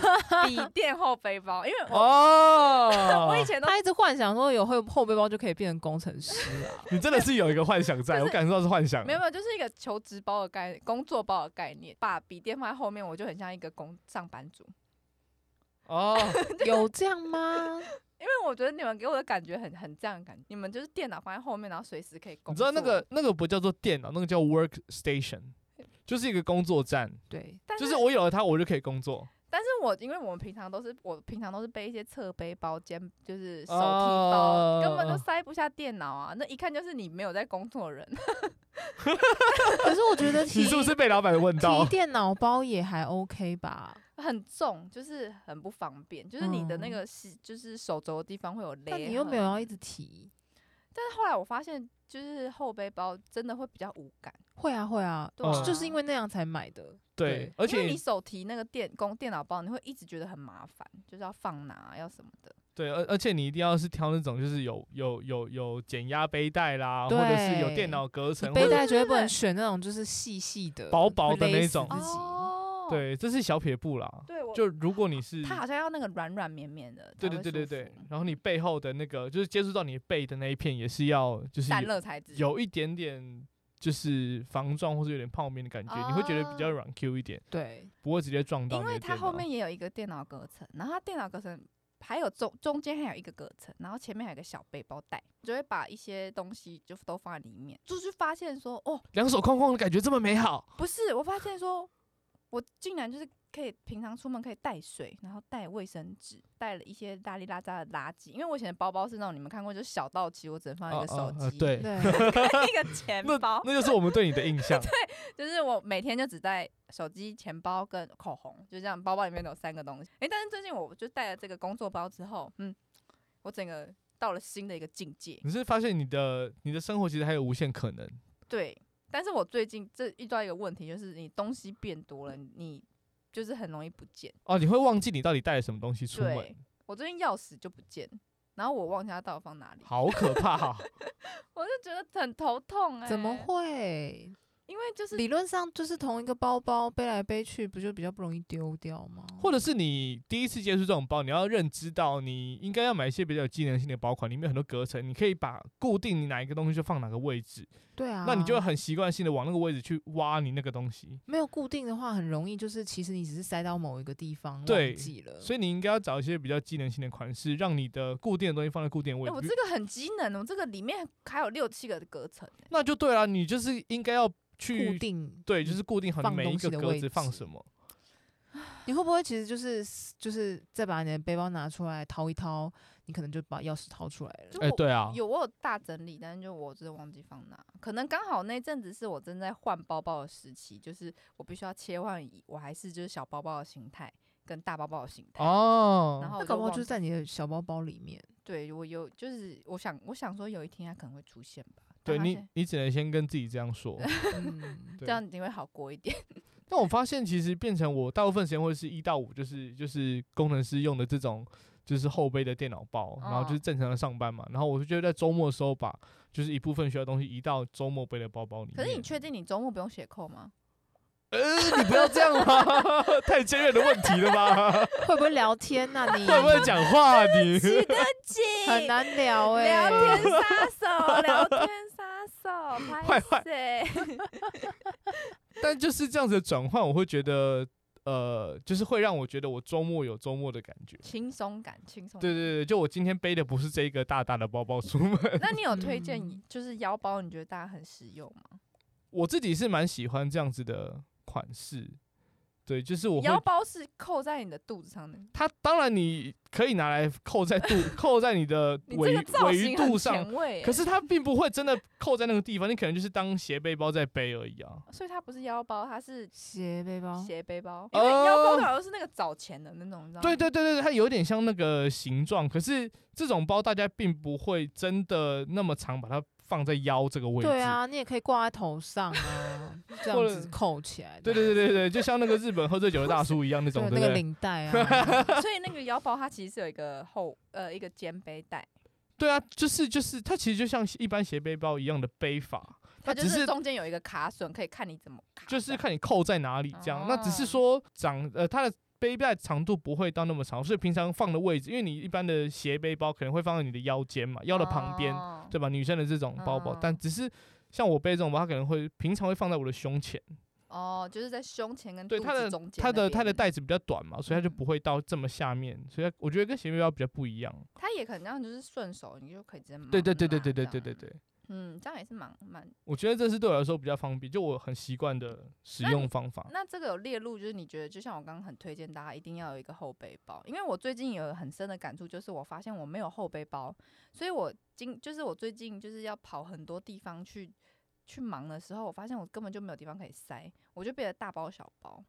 C: 笔 电后背包，因为我我以
A: 哦，
C: 前都
B: 他一直幻想说有后后背包就可以变成工程师 啊，
A: 你真的是有一个幻想在，
C: 就
A: 我
C: 是
A: 感受到是幻想
C: 没。有没有，就是一个求职包的概工作包的概念，把笔电放在后面，我就很像一个工上班族，
A: 哦，
B: 有这样吗？
C: 因为我觉得你们给我的感觉很很这样的感觉，你们就是电脑放在后面，然后随时可以工
A: 你知道
C: 作。
A: 那个，那个不叫做电脑，那个叫 workstation，就是一个工作站，
B: 对，
C: 但、
A: 就是是我有了它，我就可以工作。
C: 但是我因为我们平常都是我平常都是背一些侧背包、肩就是手提包，
A: 哦
C: 根本就塞不下电脑啊，那一看就是你没有在工作的人。
B: 可是我觉得提
A: 你是不是被老板问到
B: 提？电脑包也还 OK 吧？
C: 很重，就是很不方便，就是你的那
B: 嗯
C: 个是、就是手肘的地方会有欸勒
B: 但
C: 痕。啊
B: 你又没有要一直提，
C: 但是后来我发现，就是后背包真的会比较无感，
B: 会啊会啊，
C: 对、啊
A: 嗯
B: 就是因为那样才买的。
A: 对
B: 对，
A: 而
C: 因为
A: 且
C: 你手提那个电工电脑包，你会一直觉得很麻烦，就是要放哪啊要什么的。
A: 对，而而且你一定要是挑那种就是有有有有减压背带啦，或者
B: 对
A: 是有电脑隔
B: 你
A: 层，或
B: 背
A: 者
B: 带绝对不
C: 对对对
B: 能选那种就是细细的、
A: 薄薄的
B: 会勒
A: 那
B: 死
A: 种
B: 自己。
C: 哦
A: 对，这是小撇步啦。
C: 对我
A: 就如果你是
C: 它好像要那个软软绵绵的，
A: 对对
C: 才会
A: 对对
C: 舒
A: 对
C: 服，
A: 然后你背后的那个就是接触到你背的那一片也是要就是
C: 散热材质。
A: 有一点点就是防撞或者有点泡面的感觉，你会觉得比较
C: 哦
A: 软 Q 一点，
B: 对，
A: 不会直接撞到啊
C: 因
A: 你的电脑。
C: 为它后面也有一个电脑隔层，然后它电脑隔层还有中中间还有一个隔层，然后前面还有一个小背包袋，就会把一些东西就都放在里面，就是发现说，哦，
A: 两手空空的感觉这么美好，
C: 不是，我发现说，我竟然就是可以平常出门可以带水，然后带卫生纸，带了一些拉里拉扎的垃圾，因为我以前的包包是那种你们看过，就是小到齐，我只能放一个手
A: 哦哦
C: 机、
A: 呃对
B: 对，
C: 一个钱
A: 那
C: 包，
A: 那就是我们对你的印 象。
C: 就是我每天就只带手机、钱包跟口红，就这样，包包里面有三个东西。诶、但是最近我就带了这个工作包之后，嗯，我整个到了新的一个境界，
A: 你是发现你的你的生活其实还有无限可能。
C: 对。但是我最近这遇到一个问题，就是你东西变多了，你就是很容易不见。
A: 哦，你会忘记你到底带了什么东西出
C: 对
A: 门，，
C: 我最近钥匙就不见，然后我忘记它到底放哪里，
A: 好可怕、啊！
C: 我就觉得很头痛哎、
B: 怎么？会？
C: 因为就是
B: 理论上就是同一个包包背来背去，不就比较不容易丢掉吗？
A: 或者是你第一次接触这种包，你要认知到你应该要买一些比较有机能性的包款，里面有很多隔层，你可以把固定你哪一个东西就放哪个位置，
B: 对啊，
A: 那你就会很习惯性的往那个位置去挖你那个东西。
B: 没有固定的话，很容易就是其实你只是塞到某一个地方
A: 对
B: 忘记了。
A: 所以你应该要找一些比较机能性的款式，让你的固定的东西放在固定的位
C: 哎、
A: 置。
C: 我
A: 比
C: 这
A: 如
C: 个很机能，哦我这个里面还有六七个隔层、欸，
A: 那就对了，你就是应该要去
B: 固定，
A: 对，就是固定好你
B: 放
A: 每一
B: 东西
A: 个
B: 的
A: 格
B: 位
A: 子放
B: 置
A: 什么。
B: 你会不会其实就是就是再把你的背包拿出来掏一掏，你可能就把钥匙掏出来了
C: 就。
A: 哎、
C: 我
A: 对啊，
C: 有我有大整理，但是就我真的忘记放哪，可能刚好那阵子是我正在换包包的时期，就是我必须要切换以，我还是就是小包包的形态跟大包包的形态。
A: 哦，
C: 然后
B: 那
C: 我
B: 搞不好
C: 忘
B: 就是
C: 记
B: 在你的小包包里面，
C: 对我有，就是我想，我想说有一天它可能会出现吧。但
A: 对
C: 它
A: 你
C: 现，
A: 你只能先跟自己这样说。
B: 嗯，
A: 对
C: 这样你会好过一点。
A: 但我发现其实变成我大部分时间会是一到五，就是就是工程师用的这种就是后背的电脑包，然后就是
C: 嗯
A: 正常的上班嘛。然后我就觉得在周末的时候把就是一部分需要的东西移到周末背的包包里面。
C: 可是你确定你周末不用写扣吗？
A: 呃，你不要这样嘛，太尖锐的问题了 吧？
B: 会不会聊天啊呐、你
A: 会不会讲话、啊、你？
C: 紧
B: 很难聊哎、
C: 聊天杀手，聊天杀 手，
A: 坏
C: 拍
A: 坏
C: 谁？
A: 但就是这样子的转换，我会觉得，呃，就是会让我觉得我周末有周末的感觉。
C: 轻松感，轻松。
A: 对对对，就我今天背的不是这个大大的包包出门，
C: 那你有推荐
B: 嗯
C: 就是腰包，你觉得大家很实用吗？
A: 我自己是蛮喜欢这样子的款式。对，就是我会
C: 腰，包是扣在你的肚子上的，
A: 它当然你可以拿来扣在 肚，扣在你的
C: 你这
A: 维
C: 个造
A: 维
C: 型很
A: 度上，
C: 前卫欸，
A: 可是它并不会真的扣在那个地方，你可能就是当斜背包在背而已啊。
C: 所以它不是腰包，它是
B: 斜背包，
C: 斜背包，
A: 哦
C: 因为腰包好像是那个找钱的那种，你知道吗？
A: 对对对对，对它有点像那个形状，可是这种包大家并不会真的那么长把它放在腰这个位置。
B: 对啊，你也可以挂在头 上啊，这
A: 或
B: 样
A: 者
B: 子扣起来
A: 对
B: 的，
A: 对对对对，就像那个日本喝醉酒的大叔一样 那种，
B: 就
A: 对
B: 有
A: 不
B: 那个
A: 对？
B: 领带啊，
C: 所以那个腰包它其实是有一个后呃一个肩背带，
A: 对啊，就是就是，它其实就像一般斜背包一样的背法，它
C: 它就
A: 只是
C: 是中间有一个卡榫，可以看你怎么卡这
A: 就
C: 样。
A: 是看你扣在哪里这样。那只是
C: 哦
A: 说长呃它的。背带长度不会到那么长，所以平常放的位置，因为你一般的斜背包可能会放在你的腰间嘛，腰的旁边，
C: 哦
A: 对吧？女生的这种包包，
C: 嗯
A: 但只是像我背这种包，它可能会平常会放在我的胸前，
C: 哦，就是在胸前跟
A: 对
C: 肚
A: 它的
C: 子中间。
A: 它的它的，带子比较短嘛，所以它就
C: 嗯
A: 不会到这么下面，所以它我觉得跟斜背包比较不一样。
C: 它也可能这样就是顺手，你就可以直接忙
A: 对对对对
C: 拿
A: 对对
C: 这
A: 对
C: 样
A: 对对，
C: 嗯，这样也是蛮蛮。
A: 我觉得这是对我来说比较方便，就我很习惯的使
C: 那
A: 用
C: 你
A: 方法。
C: 那这个有列入，就是你觉得，就像我刚刚很推荐大家一定要有一个后背包，因为我最近有很深的感触，就是我发现我没有后背包，所以我今就是我最近就是要跑很多地方去去忙的时候，我发现我根本就没有地方可以塞，我就变得大包小包，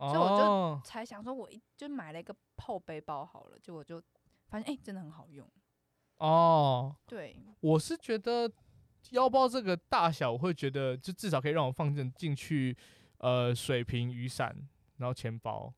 C: 以我就
A: 哦，
C: 才想说我一就买了一个后背包好了，结果就发现哎、真的很好用，
A: 哦，
C: 对，
A: 我是觉得腰包这个大小，我会觉得就至少可以让我放进进去，呃，水瓶、雨伞，然后钱包，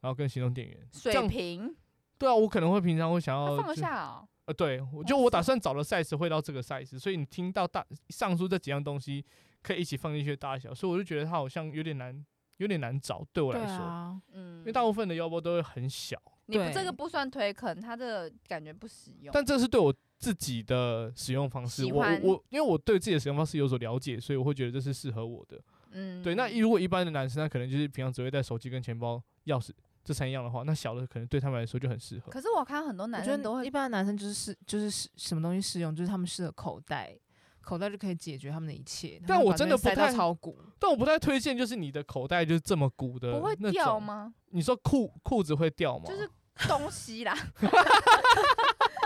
A: 然后跟行动电源。这
C: 水
A: 样
C: 平
A: 对啊，我可能会平常会想
C: 它
A: 要
C: 放得
A: 就
C: 下哦，
A: 呃，对，我
C: 哇
A: 就我打
C: 塞
A: 算找的 size 会到这个 size，所以你听到大上述这几样东西可以一起放进去的大小，所以我就觉得它好像有点难，有点难找对我
B: 对
A: 来说，
B: 啊，
C: 嗯，
A: 因为大部分的腰包都会很小，
C: 你不这
B: 对
C: 个不算推坑，它的感觉不实用，
A: 但这是对我自己的使用方式，
C: 喜
A: 我我
C: 欢
A: 我因为我对自己的使用方式有所了解，所以我会觉得这是适合我的。
C: 嗯，
A: 对，那一如果一般的男生，他可能就是平常只会带手机跟钱包、钥匙这三样的话，那小的可能对他们来说就很适合。
C: 可是我看很多
B: 我
C: 男
B: 觉
C: 生都
B: 得
C: 会
B: 一般的男生就是适就是适什么东西适用，就是他们适合口袋。口袋就可以解决他们的一切，他
A: 但
B: 们
A: 我
B: 把
A: 真
B: 这边
A: 的不
B: 塞到
A: 太
B: 超鼓，
A: 但我不太推荐，就是你的口袋就是这么鼓的，
C: 不会掉？吗？
A: 你说裤裤子会掉吗？
C: 就是东西 啦。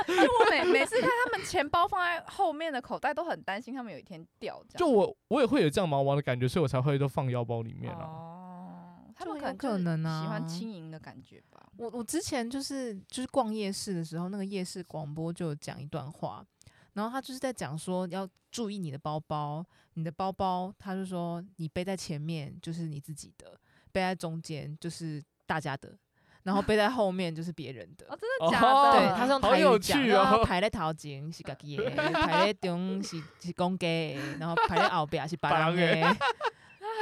C: 因为我每每次看他们钱包放在后面的口袋，都很担心他们有一天掉这样。
A: 就我我也会有这样毛毛的感觉，所以我才会都放腰包里面啊。
C: 哦，他
B: 就
C: 们可
B: 有
C: 能就
B: 可
C: 是
B: 能
C: 喜欢
B: 啊
C: 轻盈的感觉吧。
B: 我我之前就是就是逛夜市的时候，那个夜市广播就有讲一段话，然后他就是在讲说要注意你的包包，你的包包，他就说你背在前面就是你自己的，背在中间就是大家的，然后背在后面就是别人的。
C: 哦，真的假
A: 哦
C: 的？
B: 对，他是用
A: 好
B: 台
A: 有
B: 语讲，
A: 趣
B: 然后
A: 哦
B: 排在头前是家己的，排在中是是公家的，然后排在后边是别人
A: 别
B: 的。哎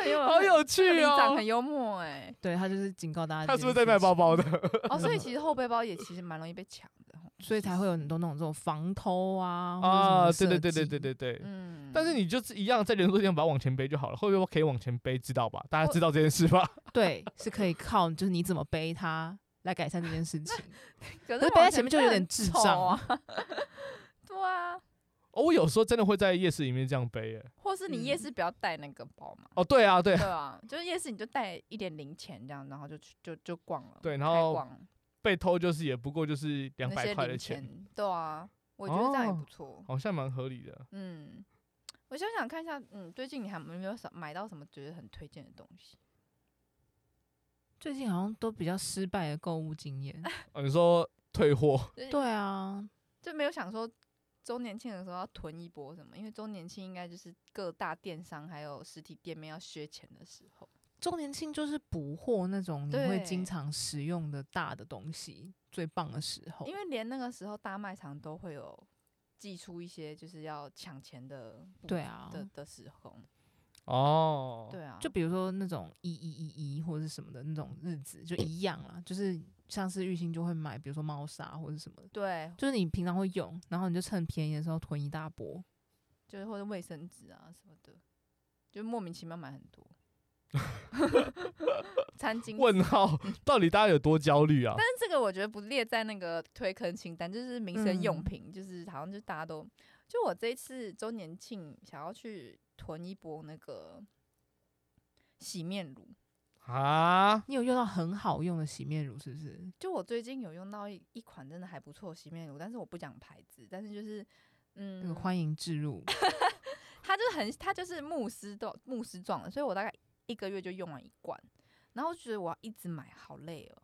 C: 很有
A: 好 有
C: 这个
A: 趣
C: 里长
A: 哦！
C: 很幽默哎。
B: 对他就是警告大家，
A: 他是不是在卖包包 的？？
C: 哦，所以其实后背包也其实蛮容易被抢的哦。
B: 所以才会有很多那种这种防偷啊
A: 啊，
B: 或者什
A: 对
B: 么
A: 对对对
B: 的设
A: 对
B: 计
A: 对对。
C: 嗯，
A: 但是你就是一样在连锁店把它往前背就好了，后面可以往前背，知道吧？大家知道这件事吧？
B: 对，是可以靠就是你怎么背它来改善这件事情。可
C: 可
B: 是
C: 是
B: 背在
C: 往
B: 前面就有
C: 很
B: 点智
C: 丑
B: 障
C: 啊。 对啊，
A: 哦，我有时候真的会在夜市里面这样背耶。
C: 或是你夜
B: 嗯
C: 市不要带那个包嘛。
A: 哦，对啊，对啊，
C: 对啊， 就是夜市你就带一点零钱这样，然后就去就就逛了，
A: 对然
C: 开
A: 后
C: 逛
A: 被偷就是也不过就是两
C: 那
A: 百
C: 些
A: 块的
C: 零
A: 钱，
C: 钱，对啊，我觉得这样也
A: 哦
C: 不错，
A: 好像蛮合理的。
C: 嗯。我想想看一下，嗯，最近你还有没有什买到什么觉得很推荐的东西？
B: 最近好像都比较失败的购物经验。
A: 哦，你说退货，
C: 就是
B: 对啊，
C: 就没有想说周年庆的时候要囤一波什么，因为周年庆应该就是各大电商还有实体店面要削钱的时候。
B: 周年庆就是补货那种你会经
C: 对
B: 常使用的大的东西，最棒的时
A: 哦
B: 候。
C: 因为连那个时候大卖场都会有寄出一些就是要抢钱的部
B: 对啊，
C: 的的时候，
A: 哦，
C: 对啊，
B: 就比如说那种一一一一或者是什么的那种日子，就一样啦，就是像是玉兴就会买，比如说猫砂或者什么的，
C: 对，
B: 就是你平常会用，然后你就趁便宜的时候囤一大波。
C: 就是或者卫生纸啊什么的，就莫名其妙买很 多餐巾纸。
A: 问号，到底大家有多焦虑啊
C: 但？是这个我觉得不列在那个推坑清单，就是民生用
B: 嗯
C: 品，就是好像就大家都，就我这一次周年庆想要去囤一波那个洗面乳，
A: 啊，
B: 你有用到很好用的洗面乳是不是？
C: 就我最近有用到一一款真的还不错的洗面乳，但是我不讲牌子，但是就是
B: 那个
C: 嗯，
B: 欢迎置入，
C: 它就是很它就是慕斯状慕斯状的，所以我大概一个月就用完一罐，然后就觉得我要一直买好累哦，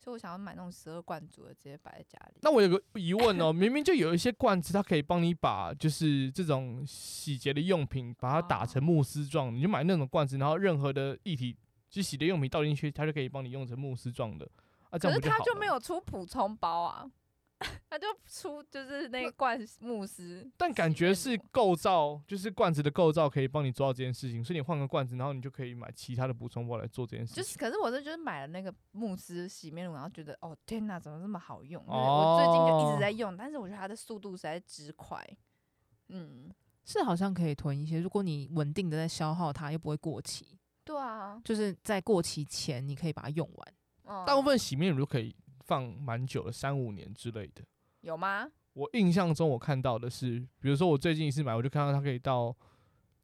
C: 所以我想要买那种十二罐组的，直接摆在家里。
A: 那我有个疑问哦，明明就有一些罐子，它可以帮你把就是这种洗洁的用品，把它打
C: 哦
A: 成慕斯状，你就买那种罐子，然后任何的液体就洗洁用品倒进去，它就可以帮你用成慕斯状的。啊，这
C: 可
A: 样
C: 是
A: 不
C: 他
A: 好
C: 就
A: 了
C: 没。有出普通包啊， 他就出就是那一罐 慕斯，
A: 但感觉是构造，就是罐子的构造可以帮你做到这件事情，所以你换个罐子，然后你就可以买其他的补充包来做这件事情。
C: 就是，可是我这就是买了那个慕斯洗面乳，然后觉得哦天哪，怎么这么好用？就是
A: 哦
C: 我最近就一直在用，但是我觉得它的速度实在之快，嗯，
B: 是好像可以囤一些，如果你稳定的在消耗它，又不会过期，
C: 对啊，
B: 就是在过期前你可以把它用完。
C: 嗯
A: 大部分洗面乳可以放蛮久的，三五年之类的。
C: 有吗？
A: 我印象中我看到的是，比如说我最近一次买，我就看到它可以到，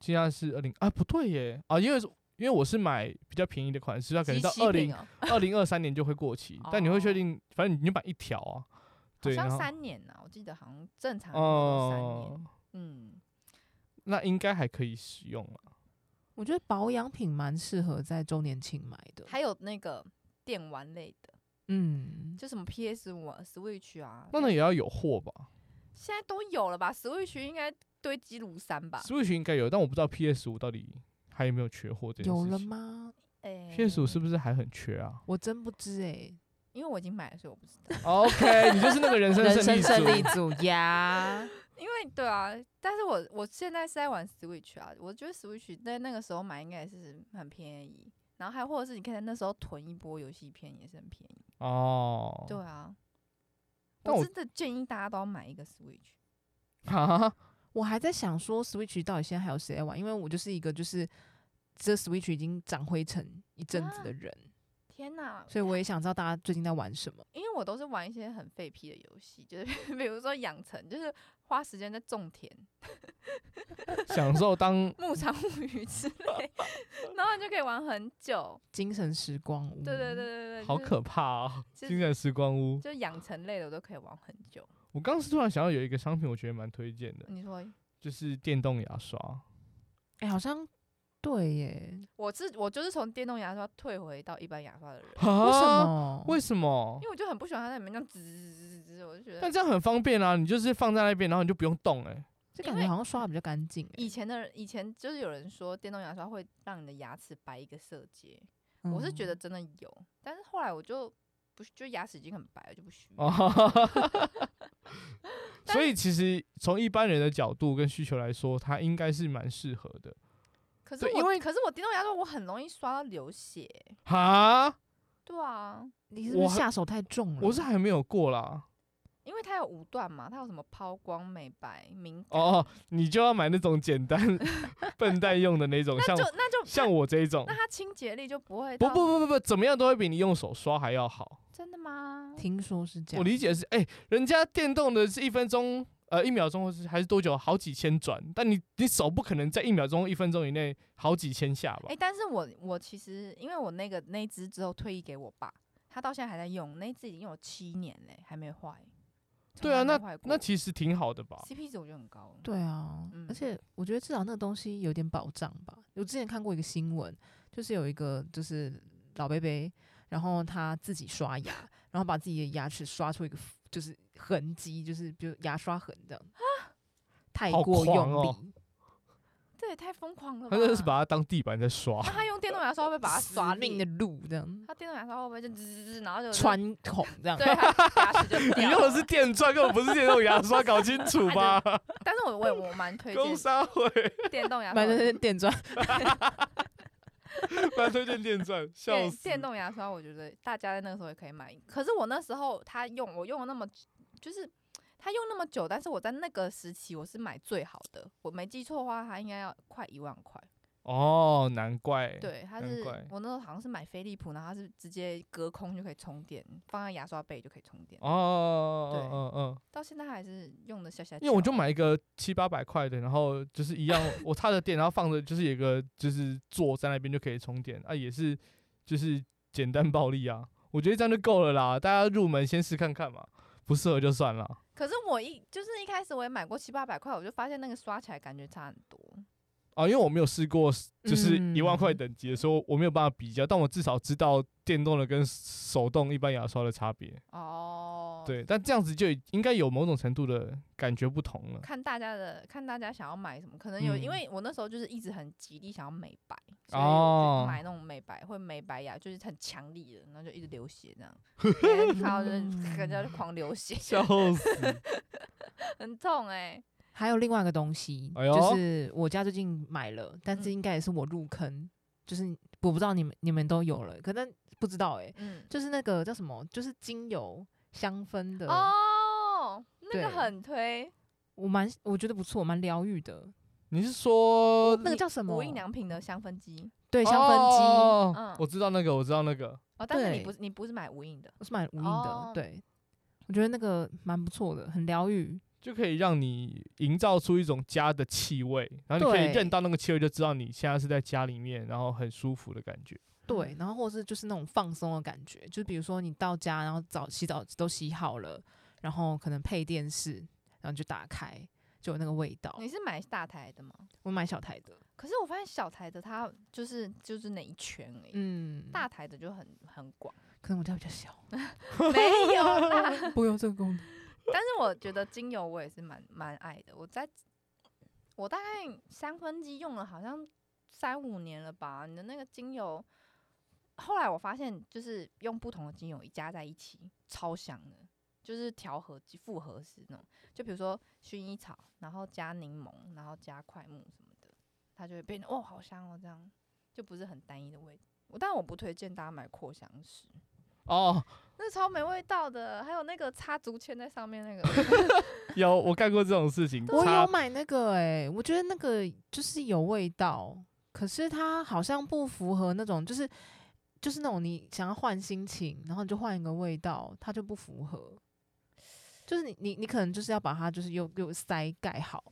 A: 现在是二零啊，不对耶啊，因为是因为我是买比较便宜的款式，它可能到
C: 即期
A: 二
C: 品
A: 零
C: 哦
A: 二零二三年就会过期，但你会确
C: 哦
A: 定，反正你就买一条啊，
C: 好
A: 对，然
C: 像
A: 后
C: 三年呐，我记得好像正常都三
A: 哦
C: 年，，嗯，
A: 那应该还可以使用啊。
B: 我觉得保养品蛮适合在周年庆买的，
C: 还有那个电玩类的，
B: 嗯，
C: 就什么 PS 五、Switch 啊，
A: 那那也要有货吧
C: 现在都有了吧？Switch 应该堆积如山吧？
A: ？Switch 应该有，但我不知道 PS 五到底还有没有缺货这件
B: 有
A: 事
B: 了
A: 情。
B: 吗？
C: 哎
A: PS 五是不是还很缺 啊
B: 我真不知欸诶、
C: 因为我已经买了，所以我不知道。
A: ？OK，你就是那个人生
B: 人
A: 胜
B: 生
A: 利
B: 胜利
A: 组。
B: 组呀，
C: 因为对啊，但是我我现在是在玩 Switch 啊，我觉得 Switch 在那个时候买应该也是很便宜，然后还或者是你可以在那时候囤一波游戏片也是很便宜。
A: 哦，
C: 对啊，
A: 但
C: 我
A: 我
C: 真的建议大家都要买一个 Switch。
A: 啊，
B: 我还在想说 Switch 到底现在还有谁在玩，因为我就是一个就是这 Switch 已经长灰尘一阵子的人，
C: 天哪！
B: 所以我也想知道大家最近在玩什么。
C: 因为我都是玩一些很废屁的游戏，就是 比如说养成，就是花时间在种田，
A: 享受当
C: 牧场物语之类，然后你就可以玩很久。
B: 精神时光屋，
C: 对对对，对对，
A: 嗯 好
C: 就是
A: 可怕哦！
C: 就
A: 精神时光屋，
C: 就养成类的我都可以玩很久。
A: 我刚是突然想到有一个商品，我觉得蛮推荐的，
C: 你说，
A: 就是电动牙刷。
B: 哎、好像对耶，
C: 我是我就是从电动牙刷退回到一般牙刷的人，
B: 为什
A: 啊？
B: 么？
A: 为什么
C: 因？为我就很不喜欢它在里面这样滋滋滋滋滋，我就觉
A: 但
C: 得
A: 这样很方便啊，你就是放在那边，然后你就不用动哎、
B: 这
C: 因
B: 感觉
C: 为
B: 好像刷的比较干净耶。
C: 以前的人以前就是有人说电动牙刷会让你的牙齿白一个色阶，我是觉
B: 嗯
C: 得真的有，但是后来我就不是就牙齿已经很白了，就不需要。
A: 哦，所以其实从一般人的角度跟需求来说，它应该是蛮适合的。
C: 可是
A: 对
C: 我
A: 因为
C: 可是我电动牙刷我很容易刷到流血，欸
A: 哈，
C: 对啊，
B: 你是不
A: 我
B: 是
A: 还
B: 下手太重了？
A: 我是还没有过啦。
C: 因为它有五段嘛，它有什么抛光、美白、敏感，
A: 哦，你就要买那种简单笨蛋用的那种，像
C: 就那就
A: 像我这一种
C: 那。它清洁力就不会
A: 不
C: 到
A: 不不不不，怎么样都会比你用手刷还要好。
C: 真的吗？
B: 听说是这
A: 我
B: 样，
A: 理解是，哎、人家电动的是一分钟，呃，一秒钟或是还是多久，好几千转，但你你手不可能在一秒钟、一分钟以内好几千下吧？
C: 哎、但是我我其实因为我那个那一只之后退役给我爸，他到现在还在用，那一只已经有七年嘞、还没坏。从
A: 对啊，
C: 来没
A: 那
C: 坏过
A: 那其实挺好的吧？
C: CP 值我觉得很高。
B: 对啊，
C: 嗯
B: 而且我觉得至少那个东西有点保障吧。我之前看过一个新闻，就是有一个就是老贝贝，然后他自己刷牙，然后把自己的牙齿刷出一个就是痕迹，就是比如牙刷痕这样，太
A: 好
B: 过
A: 狂
B: 用力。
A: 哦
C: 这也太疯狂了吧！
A: 他真的是把它当地板在 刷
C: 那，他用电动牙刷会不会把它
B: 死
C: 刷
B: 命
C: 裂
B: 的？路这样
C: 他电动牙刷会不会就滋滋滋，然后就
B: 穿孔这样，
C: 对，他牙齿就
A: 你
C: 掉
A: 用的
C: 了
A: 是电钻，根本不是电动牙刷，搞清 楚吧？
C: 但是我我也我蛮啊 推
A: 工
C: 荐
A: 商会
C: 电动牙刷
B: 买
C: 的，
B: 那电钻，
A: 蛮推荐电钻，笑
C: 电
A: 死。
C: 电动牙刷，我觉得大家在那个时候也可以买。可是我那时候他用，我用了那么，就是他用那么久，但是我在那个时期我是买最好的，我没记错的话，他应该要快一万块。
A: 哦，难怪。，
C: 对，它
A: 难
C: 是
A: 怪
C: 我那时候好像是买飞利浦，然后它是直接隔空就可以充电，放在牙刷背就可以充电，
A: 哦，嗯嗯嗯，
C: 到现在还是用的小小。
A: 因为我就买一个七八百块的，然后就是一样，我插着电，然后放着就是有一个就是座在那边就可以充电啊，也是就是简单暴力啊，我觉得这样就够了啦，大家入门先试看看嘛，不适合就算了。
C: 可是我一就是一开始我也买过七八百块，我就发现那个刷起来感觉差很多。
A: 啊，因为我没有试过是，就是一万块
B: 嗯
A: 等级的，所以我没有办法比较，但我至少知道电动的跟手动一般牙刷的差别。
C: 哦，，
A: 对，但这样子就已应该有某种程度的感觉不同 了。
C: 看大家的，看大家想要买什么，可能有，
A: 嗯
C: 因为我那时候就是一直很极力想要美白，所以我
A: 哦
C: 就买那种美白或美白牙，就是很强力的，然后就一直流血这样，每天看到就是人家就狂流血，
A: 笑死！
C: 很痛哎、
B: 还有另外一个东西，
A: 哎呦
B: 就是我家最近买了，但是
C: 嗯
B: 应该也是我入坑，就是我不知道你们你们都有了，可能不知道哎、
C: 嗯，
B: 就是那个叫什么，就是精油香氛的，
C: 哦，那
B: 对
C: 个很推，
B: 我蛮我觉得不错，蛮疗愈的。
A: 你是说
B: 那个叫什么啊
C: 无？印良品的香氛机
B: 对，香氛机，
A: 哦
C: 嗯
A: 我知道那个，我知道那个。
C: 哦，但是你
B: 对
C: 不是你不是买无印的，
B: 我是买无印的，
C: 哦
B: 对，我觉得那个蛮不错的，很疗愈。
A: 就可以让你营造出一种家的气味，然后你可以
B: 对
A: 认到那个气味，就知道你现在是在家里面，然后很舒服的感觉。嗯
B: 对，然后或是就是那种放松的感觉，就比如说你到家，然后澡洗澡都洗好了，然后可能配电视，然后你就打开，就有那个味道。
C: 你是买大台的吗？
B: 我买小台的，
C: 可是我发现小台的它就是就是那一圈而已，
B: 嗯，
C: 大台的就很很广，
B: 可能我家比较小，
C: 没有啦。
B: 不用这个 功能。
C: 但是我觉得精油我也是蛮蛮爱的，我在我大概三分之一用了好像三五年了吧。你的那个精油，后来我发现就是用不同的精油一加在一起，超香的，就是调和剂复合式那种。就比如说薰衣草，然后加柠檬，然后加快木什么的，它就会变得哦好香哦，这样就不是很单一的味道。我但我不推荐大家买扩香石，
A: 哦，
C: 那超没味道的。还有那个插竹签在上面那个，
A: 有我干过这种事情，
B: 我
A: 插
B: 有买那个诶、我觉得那个就是有味道，可是它好像不符合那种，就是就是那种你想要换心情，然后你就换一个味道，它就不符合。就是你你你可能就是要把它就是又又塞盖好，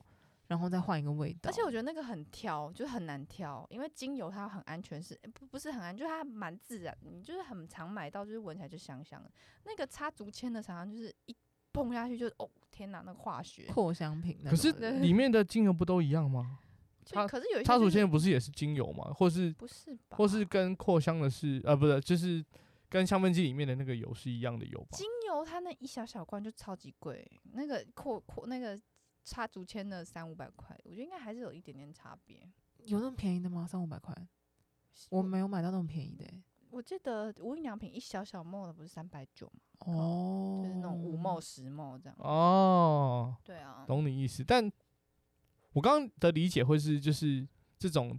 B: 然后再换一个味道。
C: 而且我觉得那个很挑，就是很难挑，因为精油它很安全是，不不是很安，就是它蛮自然，你就是很常买到，就是闻起来就香香的。那个插竹签的常常就是一碰下去就哦天哪，那个化学。
B: 扩香瓶那
A: 可
B: 种
A: 是
B: 的，
A: 里面的精油不都一样吗？
C: 就
A: 插
C: 可是有一些
A: 插竹
C: 就是
A: 签不是也是精油吗？或是
C: 不是吧？
A: 或是跟扩香的是呃，不是，就是跟香氛机里面的那个油是一样的油吧？
C: 精油它那一小小罐就超级贵，那个扩扩那个插竹签的三五百块，我觉得应该还是有一点点差别。
B: 有那么便宜的吗？三五百块，我没有买到那么便宜的欸、
C: 我记得无印良品一小小梦的不是三百九吗？
B: 哦，
C: 就是那种五梦十梦这样。
A: 哦，
C: 对啊，
A: 懂你意思。但我刚刚的理解会是，就是这种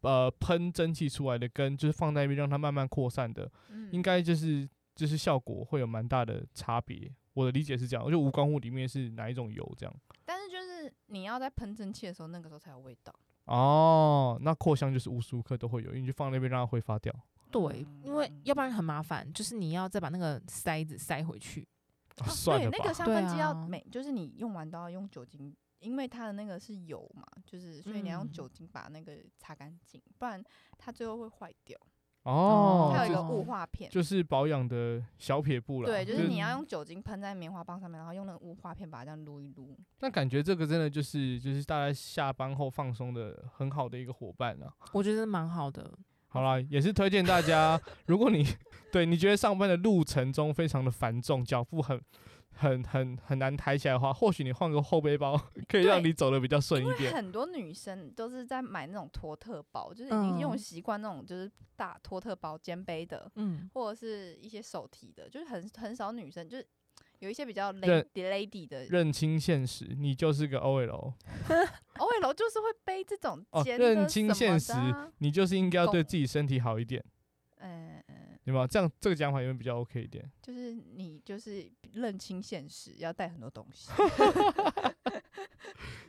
A: 呃喷蒸汽出来的跟就是放在那边让它慢慢扩散的，
C: 嗯
A: 应该就是就是效果会有蛮大的差别。我的理解是这样，就无关乎里面是哪一种油这样。
C: 但是就是你要在喷蒸汽的时候，那个时候才有味道。
A: 哦，那扩香就是无时无刻都会有，因为你就放那边让它挥发掉。
B: 对，因为要不然很麻烦，就是你要再把那个塞子塞回去。
A: 啊 算了
C: 哦对，那个
A: 吧，
C: 香
B: 对
C: 氛机要
B: 啊
C: 每、就是你用完都要用酒精，因为它的那个是油嘛，就是所以你要用
B: 嗯
C: 酒精把那个擦干净，不然它最后会坏掉。
A: 哦，
C: 它有一
A: 就
C: 个
B: 哦
C: 雾化片，
A: 就是保养的小撇步了。
C: 对，就是
B: 就
C: 你要用酒精喷在棉花棒上面，然后用那个雾化片把它这样撸一撸。
A: 那感觉这个真的就是就是大家下班后放松的很好的一个伙伴啊。
B: 我觉得蛮好的。
A: 好啦，也是推荐大 家，如果你对你觉得上班的路程中非常的繁重，脚步很很很很难抬起来的话，或许你换个后背包可以让
C: 对
A: 你走的比较顺一点。
C: 很多女生都是在买那种托特包，就是已经用
B: 嗯
C: 习惯那种就是大托特包肩背的，
B: 嗯，
C: 或者是一些手提的，就是很很少女生就是有一些比较
A: 认
C: lady lady 的
A: 认清现实，你就是个 OL，
C: OL 就是会背这种
A: 哦
C: 肩
A: 认
C: 的
A: 清
C: 什么
A: 现
C: 的
A: 实
C: 啊
A: 你就是应该要对
C: 懂
A: 自己身体好一点，
C: 嗯嗯，
A: 有没有？这样这个讲法有没有比较 OK 一点？
C: 就是你就是认清现实，要带很多东西。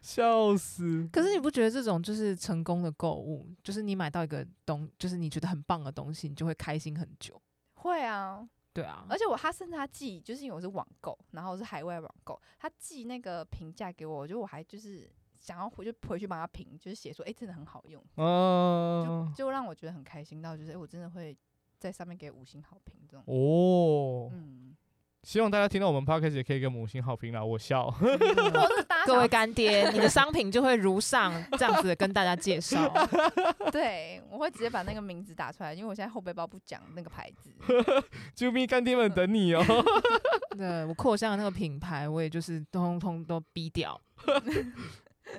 A: 笑死！
B: 可是你不觉得这种就是成功的购物，就是你买到一个东，就是你觉得很棒的东西，你就会开心很久。
C: 会啊，
B: 对
A: 哦
B: 啊，
C: 而且我他甚至他寄，就是因为我是网购，然后我是海外网购，他寄那个评价给我，我觉得我还就是想要回就回去帮他评，就是写说，哎、真的很好
A: 哦
C: 用，
A: 啊，
C: 就让我觉得很开心到，就是哎、诶我真的会在上面给五星好评这种。
A: 哦，
C: 嗯，
A: 希望大家听到我们 podcast 也可以给母星好评啦，我笑。
C: 如
A: 哦
C: 果是大家
B: 各位
C: 想
B: 干爹，你的商品就会如上这样子的跟大家介 绍。
C: 对，我会直接把那个名字打出来，因为我现在后背包不讲那个牌 子。
A: 啾咪干爹们等你 哦、
B: 对我扩香的那个品牌，我也就是通通都逼掉。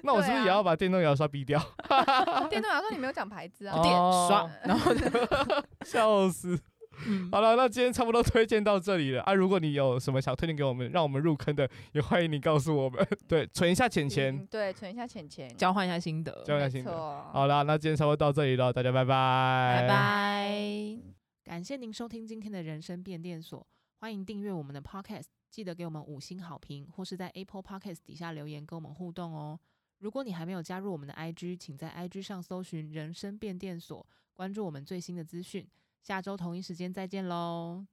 A: 那我是不是
C: 对啊
A: 也要把电动牙刷逼掉？
C: 哦电动牙说你没有讲牌子啊，
A: 哦
B: 点刷，然后
A: 笑死！
B: 嗯
A: 好了，那今天差不多推荐到这里了啊。如果你有什么想推荐给我们，让我们入坑的，也欢迎你告诉我们。对，存一下钱钱
C: 嗯。对，存一下钱钱，
B: 交换一下心得，
A: 交换一下
C: 没
A: 心得
C: 错
A: 好啦，那今天差不多到这里了，大家拜拜，
B: 拜拜。感谢您收听今天的人生变电所，欢迎订阅我们的 Podcast，记得给我们五星好评，或是在 Apple Podcast 底下留言跟我们互动哦。如果你还没有加入我们的 IG，请在 IG 上搜寻“人生变电所”，关注我们最新的资讯。下周同一时间再见喽！